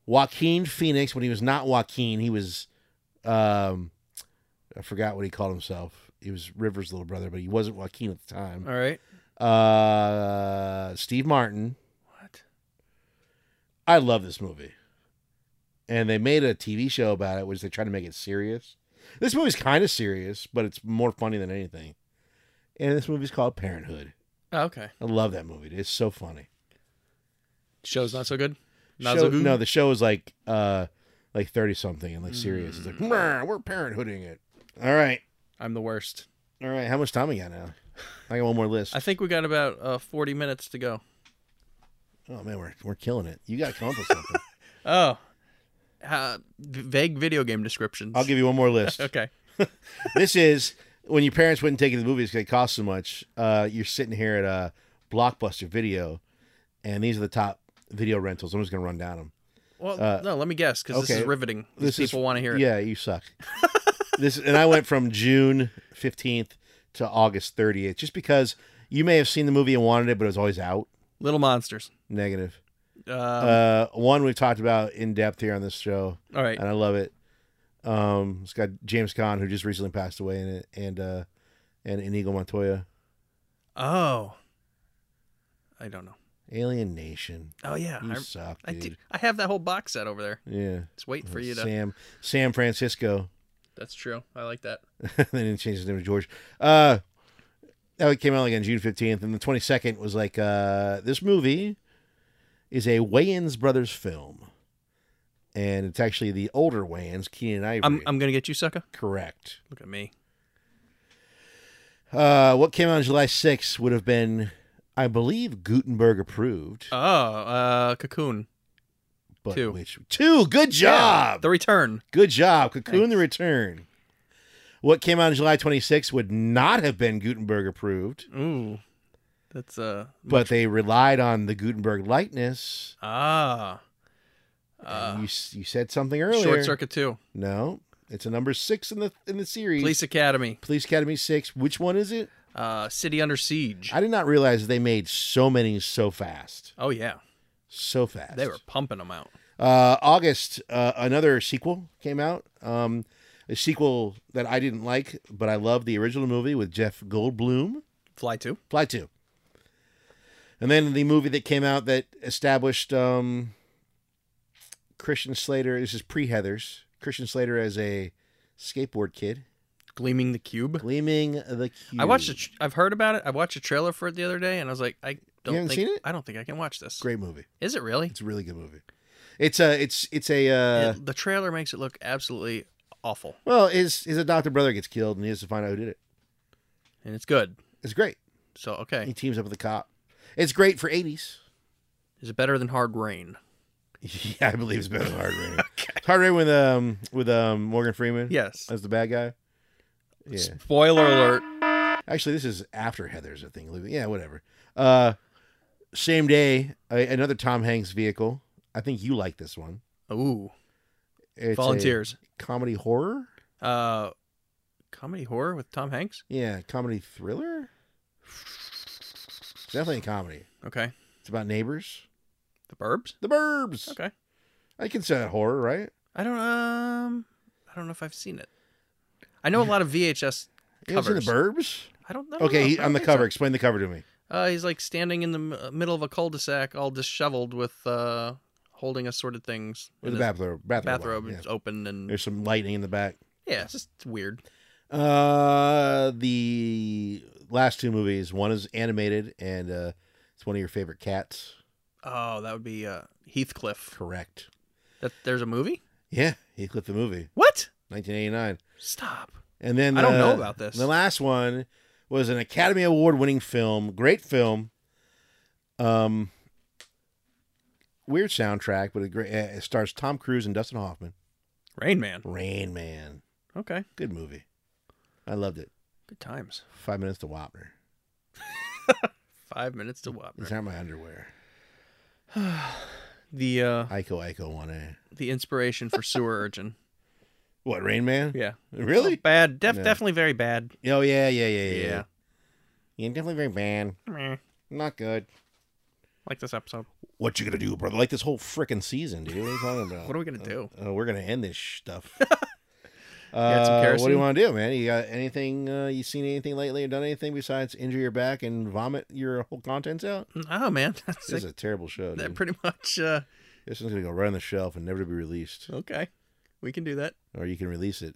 Speaker 5: Joaquin Phoenix when he was not Joaquin, he was um I forgot what he called himself. He was Rivers' little brother, but he wasn't Joaquin at the time.
Speaker 2: All right.
Speaker 5: Uh Steve Martin.
Speaker 2: What?
Speaker 5: I love this movie. And they made a TV show about it, which they tried to make it serious. This movie's kind of serious, but it's more funny than anything. And this movie's called Parenthood.
Speaker 2: Oh, okay.
Speaker 5: I love that movie. dude. It's so funny.
Speaker 2: Show's not so good. Not
Speaker 5: Show,
Speaker 2: so good.
Speaker 5: no, the show is like uh like thirty something and like serious. It's like
Speaker 2: Mm.
Speaker 5: "Meh, we're parenthooding it. All right.
Speaker 2: I'm the worst.
Speaker 5: All right. How much time we got now? I got one more list.
Speaker 2: I think we got about uh, 40 minutes to go.
Speaker 5: oh man, we're we're killing it. You gotta come up with
Speaker 2: *laughs*
Speaker 5: something.
Speaker 2: Oh. Uh, v- vague video game descriptions.
Speaker 5: I'll give you one more list.
Speaker 2: Okay.
Speaker 5: This is when your parents wouldn't take you to the movies because they cost so much. Uh, you're sitting here at a blockbuster video, and these are the top video rentals. I'm just gonna run down them.
Speaker 2: Well, no, let me guess because this
Speaker 5: Uh, okay.
Speaker 2: is riveting.
Speaker 5: *laughs*
Speaker 2: These people want to hear it.
Speaker 5: Yeah, you suck. this and I went from June fifteenth to August 30th, just because you may have seen the movie and wanted it, but it was always out.
Speaker 2: Little Monsters.
Speaker 5: Negative.
Speaker 2: Um,
Speaker 5: uh, one we've talked about in depth here on this show,
Speaker 2: all right.
Speaker 5: and I love it. Um, it's got James Caan, who just recently passed away in it, and uh, and Inigo Montoya.
Speaker 2: Oh, I don't know.
Speaker 5: Alien Nation.
Speaker 2: Oh yeah,
Speaker 5: You
Speaker 2: I,
Speaker 5: suck,
Speaker 2: I, do,
Speaker 5: dude.
Speaker 2: I have that whole box set over there.
Speaker 5: Yeah.
Speaker 2: It's waiting for you to.
Speaker 5: Sam Sam Francisco.
Speaker 2: That's true. I like that.
Speaker 5: *laughs* they didn't change his name to George. Uh, that came out like on June fifteenth, and the twenty second was like uh, this movie is a Wayans brothers film, and it's actually the older Wayans, Keenan Ivory.
Speaker 2: I'm I'm gonna get you, sucker.
Speaker 5: correct.
Speaker 2: Look at me.
Speaker 5: Uh, what came out on July sixth would have been, I believe, Gutenberg approved.
Speaker 2: Oh, uh, Cocoon.
Speaker 5: but
Speaker 2: two.
Speaker 5: which two? Good job.
Speaker 2: The Return.
Speaker 5: Good job. Cocoon the Return. What came out on July 26th would not have been Gutenberg approved,
Speaker 2: Ooh, that's uh.
Speaker 5: but they relied on the Gutenberg lightness.
Speaker 2: Ah.
Speaker 5: And
Speaker 2: Uh,
Speaker 5: you s- you said something earlier.
Speaker 2: Short Circuit Two.
Speaker 5: No, it's a number six in the in the series.
Speaker 2: Police Academy.
Speaker 5: Police Academy six. Which one is it?
Speaker 2: Uh, City Under Siege.
Speaker 5: I did not realize they made so many so fast,
Speaker 2: oh yeah,
Speaker 5: so fast.
Speaker 2: they were pumping them out.
Speaker 5: Uh, August, uh, another sequel came out. Um, a sequel that I didn't like, but I love the original movie with Jeff Goldblum.
Speaker 2: Fly Two.
Speaker 5: Fly Two. And then the movie that came out that established um, Christian Slater. This is pre Heather's. Christian Slater as a skateboard kid,
Speaker 2: Gleaming the Cube.
Speaker 5: gleaming the. Cube.
Speaker 2: I watched. A tr- I've heard about it. I watched a trailer for it the other day, and I was like, I don't
Speaker 5: haven't
Speaker 2: think.
Speaker 5: seen it?
Speaker 2: I don't think I can watch this.
Speaker 5: Great movie.
Speaker 2: Is it really?
Speaker 5: It's a really good movie. It's a. It's it's a. Uh,
Speaker 2: It- the trailer makes it look absolutely awful,
Speaker 5: Well, his his adopted brother gets killed, and he has to find out who did it.
Speaker 2: and it's good.
Speaker 5: It's great.
Speaker 2: So
Speaker 5: He
Speaker 2: okay,
Speaker 5: teams up with the cop. It's great for eighties. *laughs*
Speaker 2: is it better than Hard Rain?
Speaker 5: Yeah, I believe it's better than Hard
Speaker 2: *laughs*
Speaker 5: Rain. Hard Rain with um with um Morgan Freeman.
Speaker 2: Yes.
Speaker 5: as the bad guy. Yeah.
Speaker 2: Spoiler alert.
Speaker 5: Actually, this is after Heather's, I think. Yeah, whatever. Uh, same day, a, another Tom Hanks vehicle. I think you like this one.
Speaker 2: Ooh,
Speaker 5: It's a
Speaker 2: volunteers.
Speaker 5: comedy horror.
Speaker 2: Uh, comedy horror with Tom Hanks.
Speaker 5: Yeah, comedy thriller. It's definitely a comedy.
Speaker 2: Okay,
Speaker 5: It's about neighbors,
Speaker 2: The Burbs.
Speaker 5: the Burbs.
Speaker 2: Okay,
Speaker 5: I consider that horror, right?
Speaker 2: I don't um, I don't know if I've seen it. I know a lot of VHS
Speaker 5: *laughs* You haven't
Speaker 2: covers.
Speaker 5: seen the Burbs?
Speaker 2: I don't know.
Speaker 5: Okay, he,
Speaker 2: I don't
Speaker 5: on the
Speaker 2: think so.
Speaker 5: cover. Explain the cover to me.
Speaker 2: Uh, he's like standing in the m- middle of a cul-de-sac, all disheveled, with uh, holding assorted things.
Speaker 5: With
Speaker 2: in
Speaker 5: the
Speaker 2: his
Speaker 5: bathrobe. Bathrobe.
Speaker 2: bathrobe
Speaker 5: yeah.
Speaker 2: is open, and
Speaker 5: There's some lightning in the back.
Speaker 2: yeah, it's just weird.
Speaker 5: Uh, the last two movies. One is animated, and uh, it's one of your favorite cats.
Speaker 2: Oh, that would be uh, Heathcliff.
Speaker 5: Correct.
Speaker 2: That there's a movie.
Speaker 5: Yeah, he clipped the movie,
Speaker 2: What?
Speaker 5: 1989,
Speaker 2: Stop.
Speaker 5: and then
Speaker 2: I don't
Speaker 5: the-
Speaker 2: know about this.
Speaker 5: The last one was an Academy Award winning film, great film. Um, weird soundtrack, but a great. uh, It stars Tom Cruise and Dustin Hoffman.
Speaker 2: Rain Man.
Speaker 5: Rain Man,
Speaker 2: Okay.
Speaker 5: good movie. I loved it.
Speaker 2: Good times.
Speaker 5: Five minutes to Wapner.
Speaker 2: Five minutes to what?
Speaker 5: It's not my underwear.
Speaker 2: The uh,
Speaker 5: Ico Ico one A.
Speaker 2: the inspiration for
Speaker 5: *laughs*
Speaker 2: Sewer Urchin.
Speaker 5: What Rain Man?
Speaker 2: Yeah.
Speaker 5: Really?
Speaker 2: Oh, Bad. Def-
Speaker 5: No.
Speaker 2: Definitely very bad.
Speaker 5: Oh yeah, yeah, yeah, yeah.
Speaker 2: Yeah.
Speaker 5: Yeah, yeah definitely very bad.
Speaker 2: Meh.
Speaker 5: Not good.
Speaker 2: Like this episode.
Speaker 5: What you gonna do, brother? Like this whole freaking season, dude. *laughs* What are you talking about?
Speaker 2: What are we gonna do?
Speaker 5: Uh, we're gonna end this *laughs* stuff.
Speaker 2: got some
Speaker 5: Uh, what do you
Speaker 2: kerosene?
Speaker 5: want to do, man? You got anything? Uh, you seen anything lately or done anything besides injure your back and vomit your whole contents out?
Speaker 2: Oh man, *laughs* that's
Speaker 5: This
Speaker 2: like,
Speaker 5: is a terrible show.
Speaker 2: that
Speaker 5: Dude.
Speaker 2: pretty much. Uh,
Speaker 5: This one's gonna go right on the shelf and never to be released,
Speaker 2: okay, we can do that.
Speaker 5: or you can release it.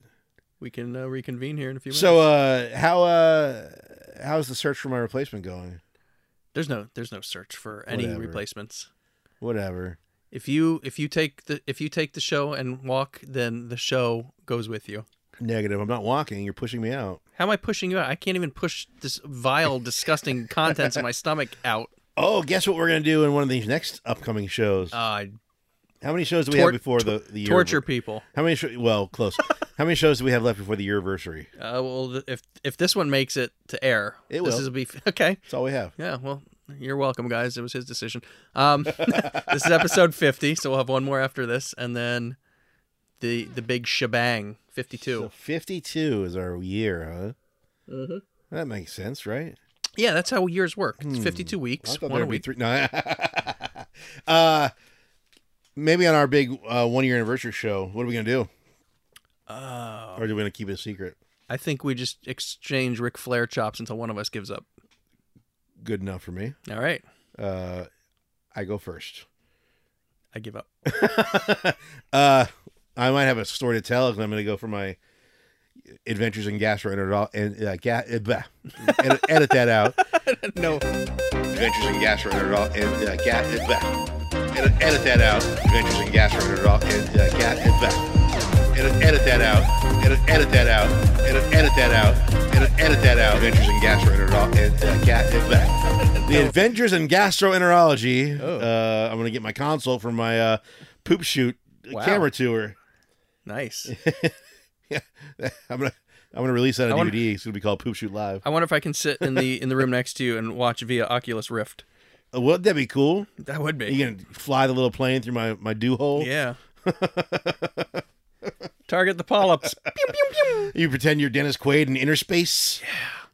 Speaker 2: We can uh, reconvene here in a few minutes.
Speaker 5: So, uh, how uh, how's the search for my replacement going?
Speaker 2: there's no there's no search for any
Speaker 5: Whatever.
Speaker 2: replacements.
Speaker 5: Whatever.
Speaker 2: If you if you take the if you take the show and walk, then the show goes with you.
Speaker 5: Negative. I'm not walking. You're pushing me out.
Speaker 2: How am I pushing you out? I can't even push this vile,
Speaker 5: *laughs*
Speaker 2: disgusting contents of my stomach out.
Speaker 5: Oh, guess what we're gonna do in one of these next upcoming shows?
Speaker 2: Uh,
Speaker 5: How many shows do we
Speaker 2: tor-
Speaker 5: have before the the year
Speaker 2: torture people.
Speaker 5: How many? Sh- well,
Speaker 2: *laughs*
Speaker 5: close. How many shows do we have left before the anniversary?
Speaker 2: Uh, well, th- if if this one makes it to air,
Speaker 5: It
Speaker 2: this
Speaker 5: will.
Speaker 2: is be *laughs* okay.
Speaker 5: That's all we have.
Speaker 2: Yeah, well, you're welcome, guys. It was his decision. Um, *laughs* this is episode 50, so we'll have one more after this, and then the the big shebang, 52.
Speaker 5: So Fifty-two is our year, huh?
Speaker 2: Mm-hmm.
Speaker 5: That makes sense, right?
Speaker 2: Yeah, that's how years work.
Speaker 5: Hmm.
Speaker 2: It's 52 weeks, one a
Speaker 5: there'd be
Speaker 2: week.
Speaker 5: three. *laughs* No. uh, maybe on our big uh, one year anniversary show, what are we gonna do?
Speaker 2: Oh.
Speaker 5: Or are we gonna keep it a secret?
Speaker 2: I think we just exchange Ric Flair chops until one of us gives up.
Speaker 5: Good enough for me.
Speaker 2: All right,
Speaker 5: Uh, I go first.
Speaker 2: I give
Speaker 5: *laughs*
Speaker 2: up.
Speaker 5: uh, I might have a story to tell because I'm going to go for my adventures in gastroenterology. And uh, ga- uh, blah. *laughs* edit, edit that out.
Speaker 2: No,
Speaker 5: Adventures in gastroenterology. And, uh, ga- uh, blah. edit, edit that out. Adventures in gastroenterology. And, uh, ga- uh, blah. edit, edit that out. Edit, edit that out. Edit, edit that out. Edit, edit that out. Adventures in gastroenterology. And, uh, ga- uh, blah. The Adventures in Gastroenterology.
Speaker 2: Oh.
Speaker 5: Uh, I'm going to get my console for my uh, poop shoot
Speaker 2: Wow.
Speaker 5: camera tour. *laughs*
Speaker 2: nice.
Speaker 5: I'm gonna I'm gonna release that
Speaker 2: I
Speaker 5: on
Speaker 2: wanna-
Speaker 5: DVD. It's gonna be called Poop Shoot Live.
Speaker 2: I wonder if I can sit in the in the room next to you and watch via Oculus Rift.
Speaker 5: Uh, Wouldn't that be cool?
Speaker 2: That would be.
Speaker 5: You gonna fly the little plane through my my dew hole?
Speaker 2: Yeah.
Speaker 5: *laughs*
Speaker 2: Target the polyps.
Speaker 5: You pretend you're Dennis Quaid in Inner Space. Yeah.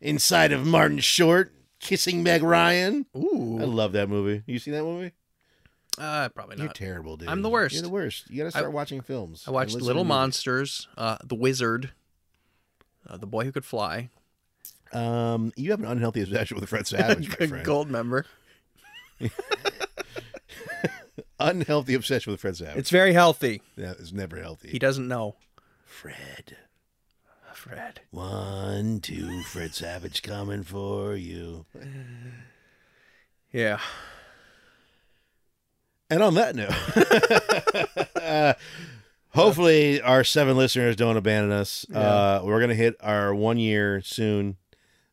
Speaker 5: Inside of Martin Short kissing Meg Ryan. I
Speaker 2: Ooh.
Speaker 5: love that movie. You seen that movie?
Speaker 2: Uh, probably
Speaker 5: You're
Speaker 2: not.
Speaker 5: terrible, dude.
Speaker 2: I'm the worst.
Speaker 5: You're the worst. You gotta start watching films.
Speaker 2: I watched
Speaker 5: and listen
Speaker 2: Little
Speaker 5: to
Speaker 2: Monsters, uh, The Wizard, uh, The Boy Who Could Fly,
Speaker 5: music. Um, you have an unhealthy obsession with Fred Savage,
Speaker 2: *laughs*
Speaker 5: my friend.
Speaker 2: Gold Member.
Speaker 5: Unhealthy obsession with Fred Savage.
Speaker 2: It's very healthy.
Speaker 5: That is never
Speaker 2: He
Speaker 5: healthy.
Speaker 2: doesn't know.
Speaker 5: Fred.
Speaker 2: Fred.
Speaker 5: One, two, Fred Savage coming for you.
Speaker 2: Yeah.
Speaker 5: And on that note, uh, *laughs* hopefully our seven listeners don't abandon us. Uh, we're going to hit our one year soon.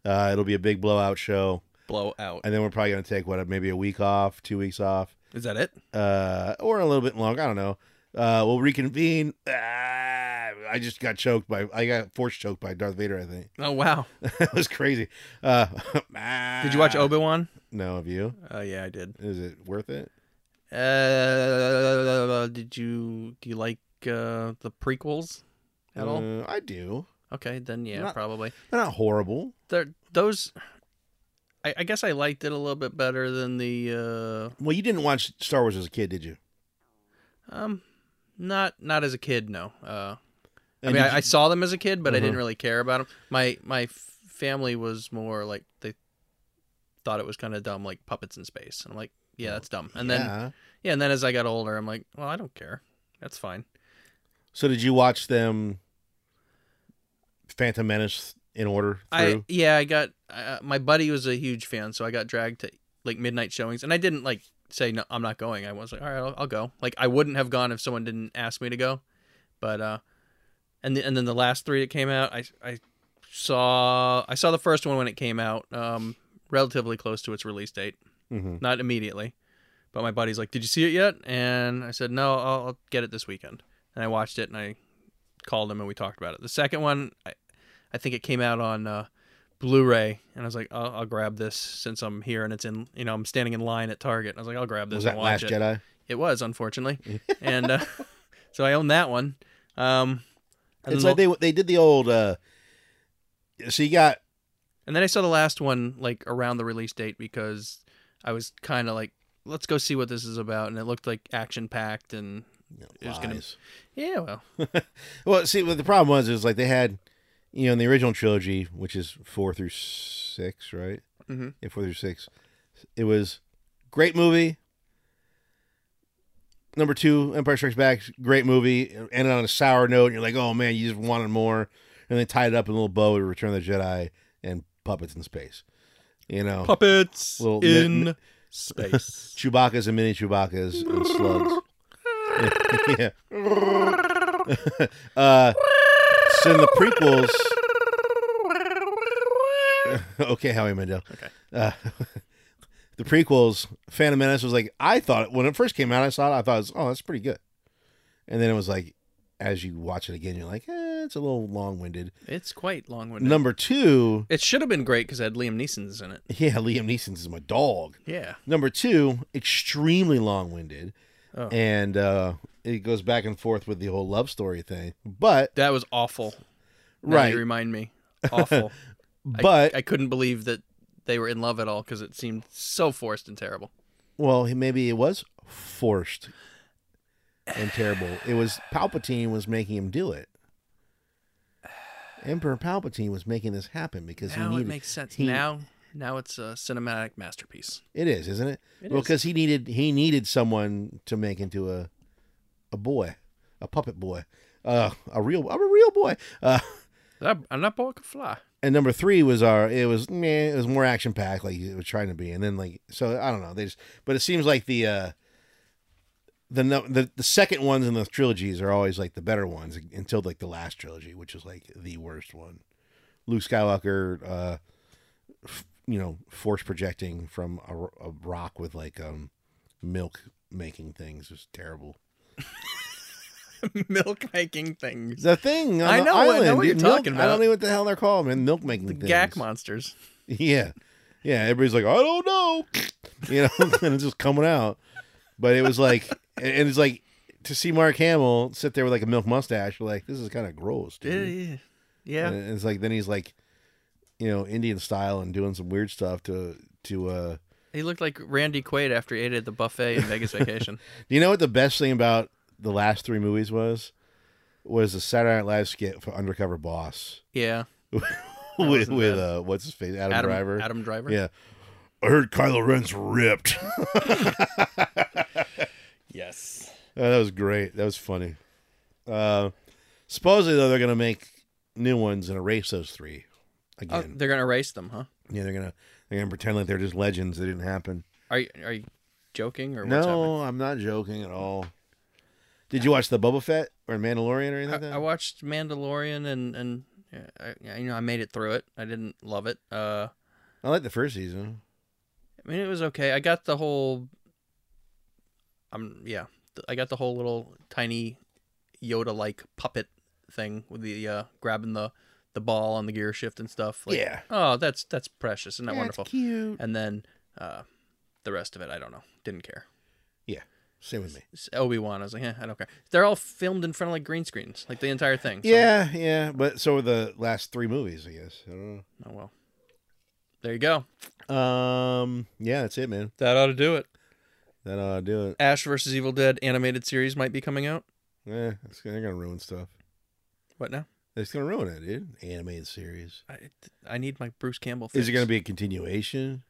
Speaker 5: Uh, it'll be a big blowout show.
Speaker 2: Blow out.
Speaker 5: And then we're probably going to take, what, maybe a week off, two weeks off,
Speaker 2: Is that it?
Speaker 5: uh, or a little bit longer. I don't know. Uh, we'll reconvene. Ah, I just got choked by, I got force choked by Darth Vader, I think. *laughs*
Speaker 2: Oh wow.
Speaker 5: that was crazy. Uh, *laughs*
Speaker 2: Did you watch
Speaker 5: Ah.
Speaker 2: Obi Wan?
Speaker 5: No, have you?
Speaker 2: Uh, yeah, I did.
Speaker 5: Is it worth it?
Speaker 2: Uh, did you do you like uh, the prequels at all?
Speaker 5: Uh, I do.
Speaker 2: Okay, then yeah,
Speaker 5: not-
Speaker 2: probably.
Speaker 5: They're not horrible.
Speaker 2: They're, those, I, I guess I liked it a little bit better than the
Speaker 5: Well, you didn't watch Star Wars as a kid, did you?
Speaker 2: uh, um, not not as a kid. No, uh, I
Speaker 5: And
Speaker 2: mean I,
Speaker 5: did
Speaker 2: I saw them as a kid, but I didn't
Speaker 5: Mhm.
Speaker 2: really care about them. My my f- family was more like they thought it was kind of dumb, like puppets in space. And I'm like, yeah, that's dumb. And
Speaker 5: you-
Speaker 2: then
Speaker 5: Yeah.
Speaker 2: yeah, and then as I got older, I'm like, well, I don't care. That's fine.
Speaker 5: so did you watch them Phantom Menace in order
Speaker 2: I
Speaker 5: through?
Speaker 2: yeah, I got uh, my buddy was a huge fan, so I got dragged to like midnight showings, and I didn't like say no, I'm not going. I was like, all right, I'll, I'll go. Like I wouldn't have gone if someone didn't ask me to go, but uh, and the, and then the last three that came out, I I saw I saw the first one when it came out, um, relatively close to its release date,
Speaker 5: hmm
Speaker 2: not immediately, but my buddy's like, did you see it yet? And I said, no, I'll, I'll get it this weekend, and I watched it, and I called him and we talked about it. The second one, I, I think it came out on uh, Blu-ray, and I was like, I'll, I'll grab this since I'm here and it's in, you know, I'm standing in line at Target. And I was like, I'll grab this.
Speaker 5: Was that
Speaker 2: and watch
Speaker 5: Last
Speaker 2: it.
Speaker 5: Jedi?
Speaker 2: It
Speaker 5: *laughs*
Speaker 2: was, unfortunately, and uh, *laughs* so I own that one. Um, and,
Speaker 5: It's
Speaker 2: then
Speaker 5: like
Speaker 2: the-
Speaker 5: they they did the old. uh So you got
Speaker 2: and then I saw the last one like around the release date because I was kind of like, let's go see what this is about, and it looked like action packed and. It was gonna-
Speaker 5: lies.
Speaker 2: Yeah, well,
Speaker 5: Well, see, what the problem was is like they had, you know, in the original trilogy, which is four through six, right?
Speaker 2: Mhm.
Speaker 5: Yeah, four through six. It was great movie. Number two, Empire Strikes Back, great movie. It Ended on a sour note. And you're like, oh man, you just wanted more, and they tied it up in a little bow with Return of the Jedi and puppets in space. You know,
Speaker 2: puppets
Speaker 5: Little
Speaker 2: in
Speaker 5: mi- mi-
Speaker 2: space.
Speaker 5: *laughs* Chewbacca's and mini Chewbacca's and slugs. *laughs* yeah. *laughs* uh, so in the prequels. *laughs* okay, Howie Mandel. Okay. Uh, *laughs* the prequels, Phantom Menace was like I thought it, when it first came out. I saw it. I thought, it was, oh, that's pretty good. And then it was like, as you watch it again, you're like, eh, it's a little long winded.
Speaker 2: It's quite long-winded.
Speaker 5: Number two, *laughs*
Speaker 2: It should have been great because it had Liam Neeson's in it.
Speaker 5: yeah, Liam Neeson's is my dog.
Speaker 2: Yeah.
Speaker 5: Number two, extremely long winded,
Speaker 2: Oh.
Speaker 5: and uh, it goes back and forth with the whole love story thing. But
Speaker 2: That was awful. Now
Speaker 5: right, *laughs*
Speaker 2: You remind me. Awful. I-
Speaker 5: But
Speaker 2: I, couldn't believe that they were in love at all because it seemed so forced and terrible.
Speaker 5: well, he- maybe it was forced and terrible. It was Palpatine was making him do it. Emperor Palpatine was making this happen because he
Speaker 2: Now
Speaker 5: needed
Speaker 2: it makes sense.
Speaker 5: he-
Speaker 2: now, now it's a cinematic masterpiece.
Speaker 5: It is, isn't it?
Speaker 2: It
Speaker 5: well,
Speaker 2: is.
Speaker 5: because he needed he needed someone to make into a a boy, a puppet boy, uh, a real a real boy. Uh,
Speaker 2: I'm I'm not boy can fly.
Speaker 5: and number three was our it was meh, it was more action packed like it was trying to be, and then like so I don't know they just but it seems like the uh, the no- the the second ones in the trilogies are always like the better ones until like the last trilogy, which is like the worst one. Luke Skywalker, uh, f- you know, force projecting from a, r- a rock with like um milk making things is terrible.
Speaker 2: *laughs* Milk making things.
Speaker 5: The thing on
Speaker 2: I
Speaker 5: the
Speaker 2: know- I know
Speaker 5: island,
Speaker 2: what you're
Speaker 5: dude, milk-
Speaker 2: talking
Speaker 5: I don't
Speaker 2: about.
Speaker 5: know what the hell they're called, man. Milk making
Speaker 2: The
Speaker 5: things.
Speaker 2: Gak monsters.
Speaker 5: Yeah. Yeah. Everybody's like, I don't know. *laughs* You know, and it's just coming out. But it was like, and it's like to see Mark Hamill sit there with like a milk mustache, you're like, this is kind of gross,
Speaker 2: Yeah,
Speaker 5: dude.
Speaker 2: yeah, yeah.
Speaker 5: And it's like, then he's like, you know, Indian style and doing some weird stuff to, to, uh,
Speaker 2: He looked like Randy Quaid after he ate at the buffet in
Speaker 5: *laughs*
Speaker 2: Vegas Vacation.
Speaker 5: do you know what the best thing about the last three movies was? Was the Saturday Night Live skit for Undercover Boss
Speaker 2: Yeah,
Speaker 5: *laughs* with,
Speaker 2: wasn't
Speaker 5: with,
Speaker 2: bad.
Speaker 5: uh, what's his face? Adam,
Speaker 2: Adam
Speaker 5: Driver.
Speaker 2: Adam Driver.
Speaker 5: Yeah. I heard Kylo Ren's ripped. *laughs*
Speaker 2: Yes.
Speaker 5: Oh, that was great. That was funny. Uh, supposedly, though, they're going to make new ones and erase those three
Speaker 2: Oh,
Speaker 5: again.
Speaker 2: they're gonna erase them, huh?
Speaker 5: yeah, they're gonna they're gonna pretend like they're just legends. They didn't happen.
Speaker 2: Are you are you joking or what's happening?
Speaker 5: No, I'm not joking at all. Did you watch the Boba Fett or Mandalorian or anything? like that?
Speaker 2: I, I watched Mandalorian and and yeah, I, yeah, you know I made it through it. I didn't love it. Uh,
Speaker 5: I like the first season.
Speaker 2: I mean it was okay. I got the whole. Um, yeah, th- I got the whole little tiny Yoda-like puppet thing with the uh, grabbing the the ball on the gear shift and stuff. Like,
Speaker 5: Yeah.
Speaker 2: Oh, that's that's precious. Isn't that
Speaker 5: That's
Speaker 2: wonderful?
Speaker 5: cute.
Speaker 2: And then uh, the rest of it, I don't know. Didn't care.
Speaker 5: Same with me.
Speaker 2: Obi Wan, I was like, eh, I don't care. They're all filmed in front of like green screens, like the entire thing. so-
Speaker 5: Yeah, yeah, but so were the last three movies, I guess. I don't
Speaker 2: Oh well. There you go.
Speaker 5: know. Um, yeah, that's it, man.
Speaker 2: That ought to do it.
Speaker 5: That ought to do it.
Speaker 2: Ash versus Evil Dead animated series might be coming out.
Speaker 5: Yeah, Eh, it's, they're gonna ruin stuff.
Speaker 2: What now?
Speaker 5: It's gonna ruin it, dude. Animated series.
Speaker 2: I, I need my Bruce Campbell.
Speaker 5: Is it going to be a continuation?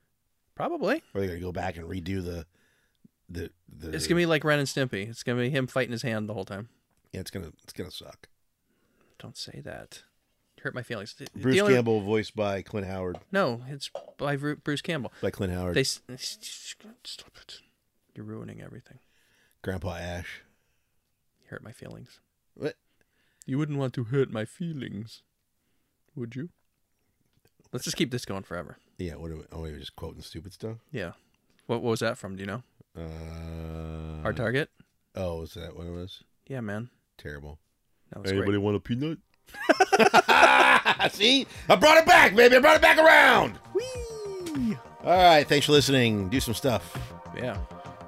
Speaker 2: Probably.
Speaker 5: Or are they going to go back and redo the the the?
Speaker 2: It's gonna be like Ren and Stimpy. It's gonna be him fighting his hand the whole time.
Speaker 5: Yeah, it's gonna it's gonna suck.
Speaker 2: Don't say that. You hurt my feelings. The- the
Speaker 5: Bruce
Speaker 2: only-
Speaker 5: Campbell, voiced by Clint Howard,
Speaker 2: No, it's by Ru- Bruce Campbell.
Speaker 5: by Clint Howard,
Speaker 2: They s- stop it. You're ruining everything.
Speaker 5: Grandpa Ash.
Speaker 2: You hurt my feelings.
Speaker 5: What?
Speaker 2: You wouldn't want to hurt my feelings, would you? Let's just keep this going forever.
Speaker 5: Yeah, what are we? Oh, we were just quoting stupid stuff.
Speaker 2: Yeah. What, what was that from? Do you know?
Speaker 5: Uh,
Speaker 2: Our target.
Speaker 5: Oh, is that what it was?
Speaker 2: Yeah, man. *laughs*
Speaker 5: Terrible. *laughs*
Speaker 2: That was great.
Speaker 5: want a peanut? See, I brought it back, baby. I brought it back around. Whee! All right, thanks for listening. Do some stuff.
Speaker 2: Yeah.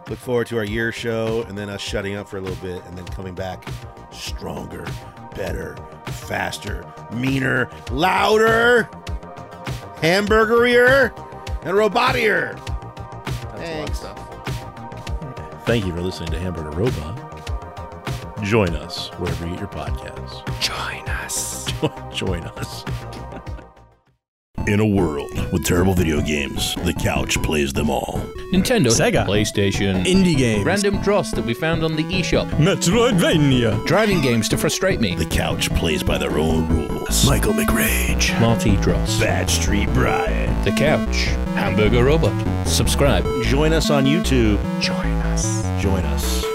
Speaker 5: Look forward to our year show and then us shutting up for a little bit and then coming back stronger, better, faster, meaner, louder, hamburgerier, and robotier.
Speaker 2: That's a lot of
Speaker 5: Thanks.
Speaker 2: stuff.
Speaker 1: Thank you for listening to Hamburger Robot. Join us wherever you get your podcasts. Join us. *laughs* Join us. In a world with terrible video games, the couch plays them all.
Speaker 6: Nintendo,
Speaker 7: Sega.
Speaker 6: PlayStation,
Speaker 7: Indie games.
Speaker 6: random dross that we found on the eShop,
Speaker 7: Metroidvania.
Speaker 6: driving games to frustrate me,
Speaker 1: The couch plays by their own rules.
Speaker 7: Michael McRage.
Speaker 6: Marty Dross,
Speaker 7: Bad Street Brian.
Speaker 6: The Couch, Hamburger Robot. Subscribe.
Speaker 1: Join us on YouTube.
Speaker 7: Join us.
Speaker 1: Join us.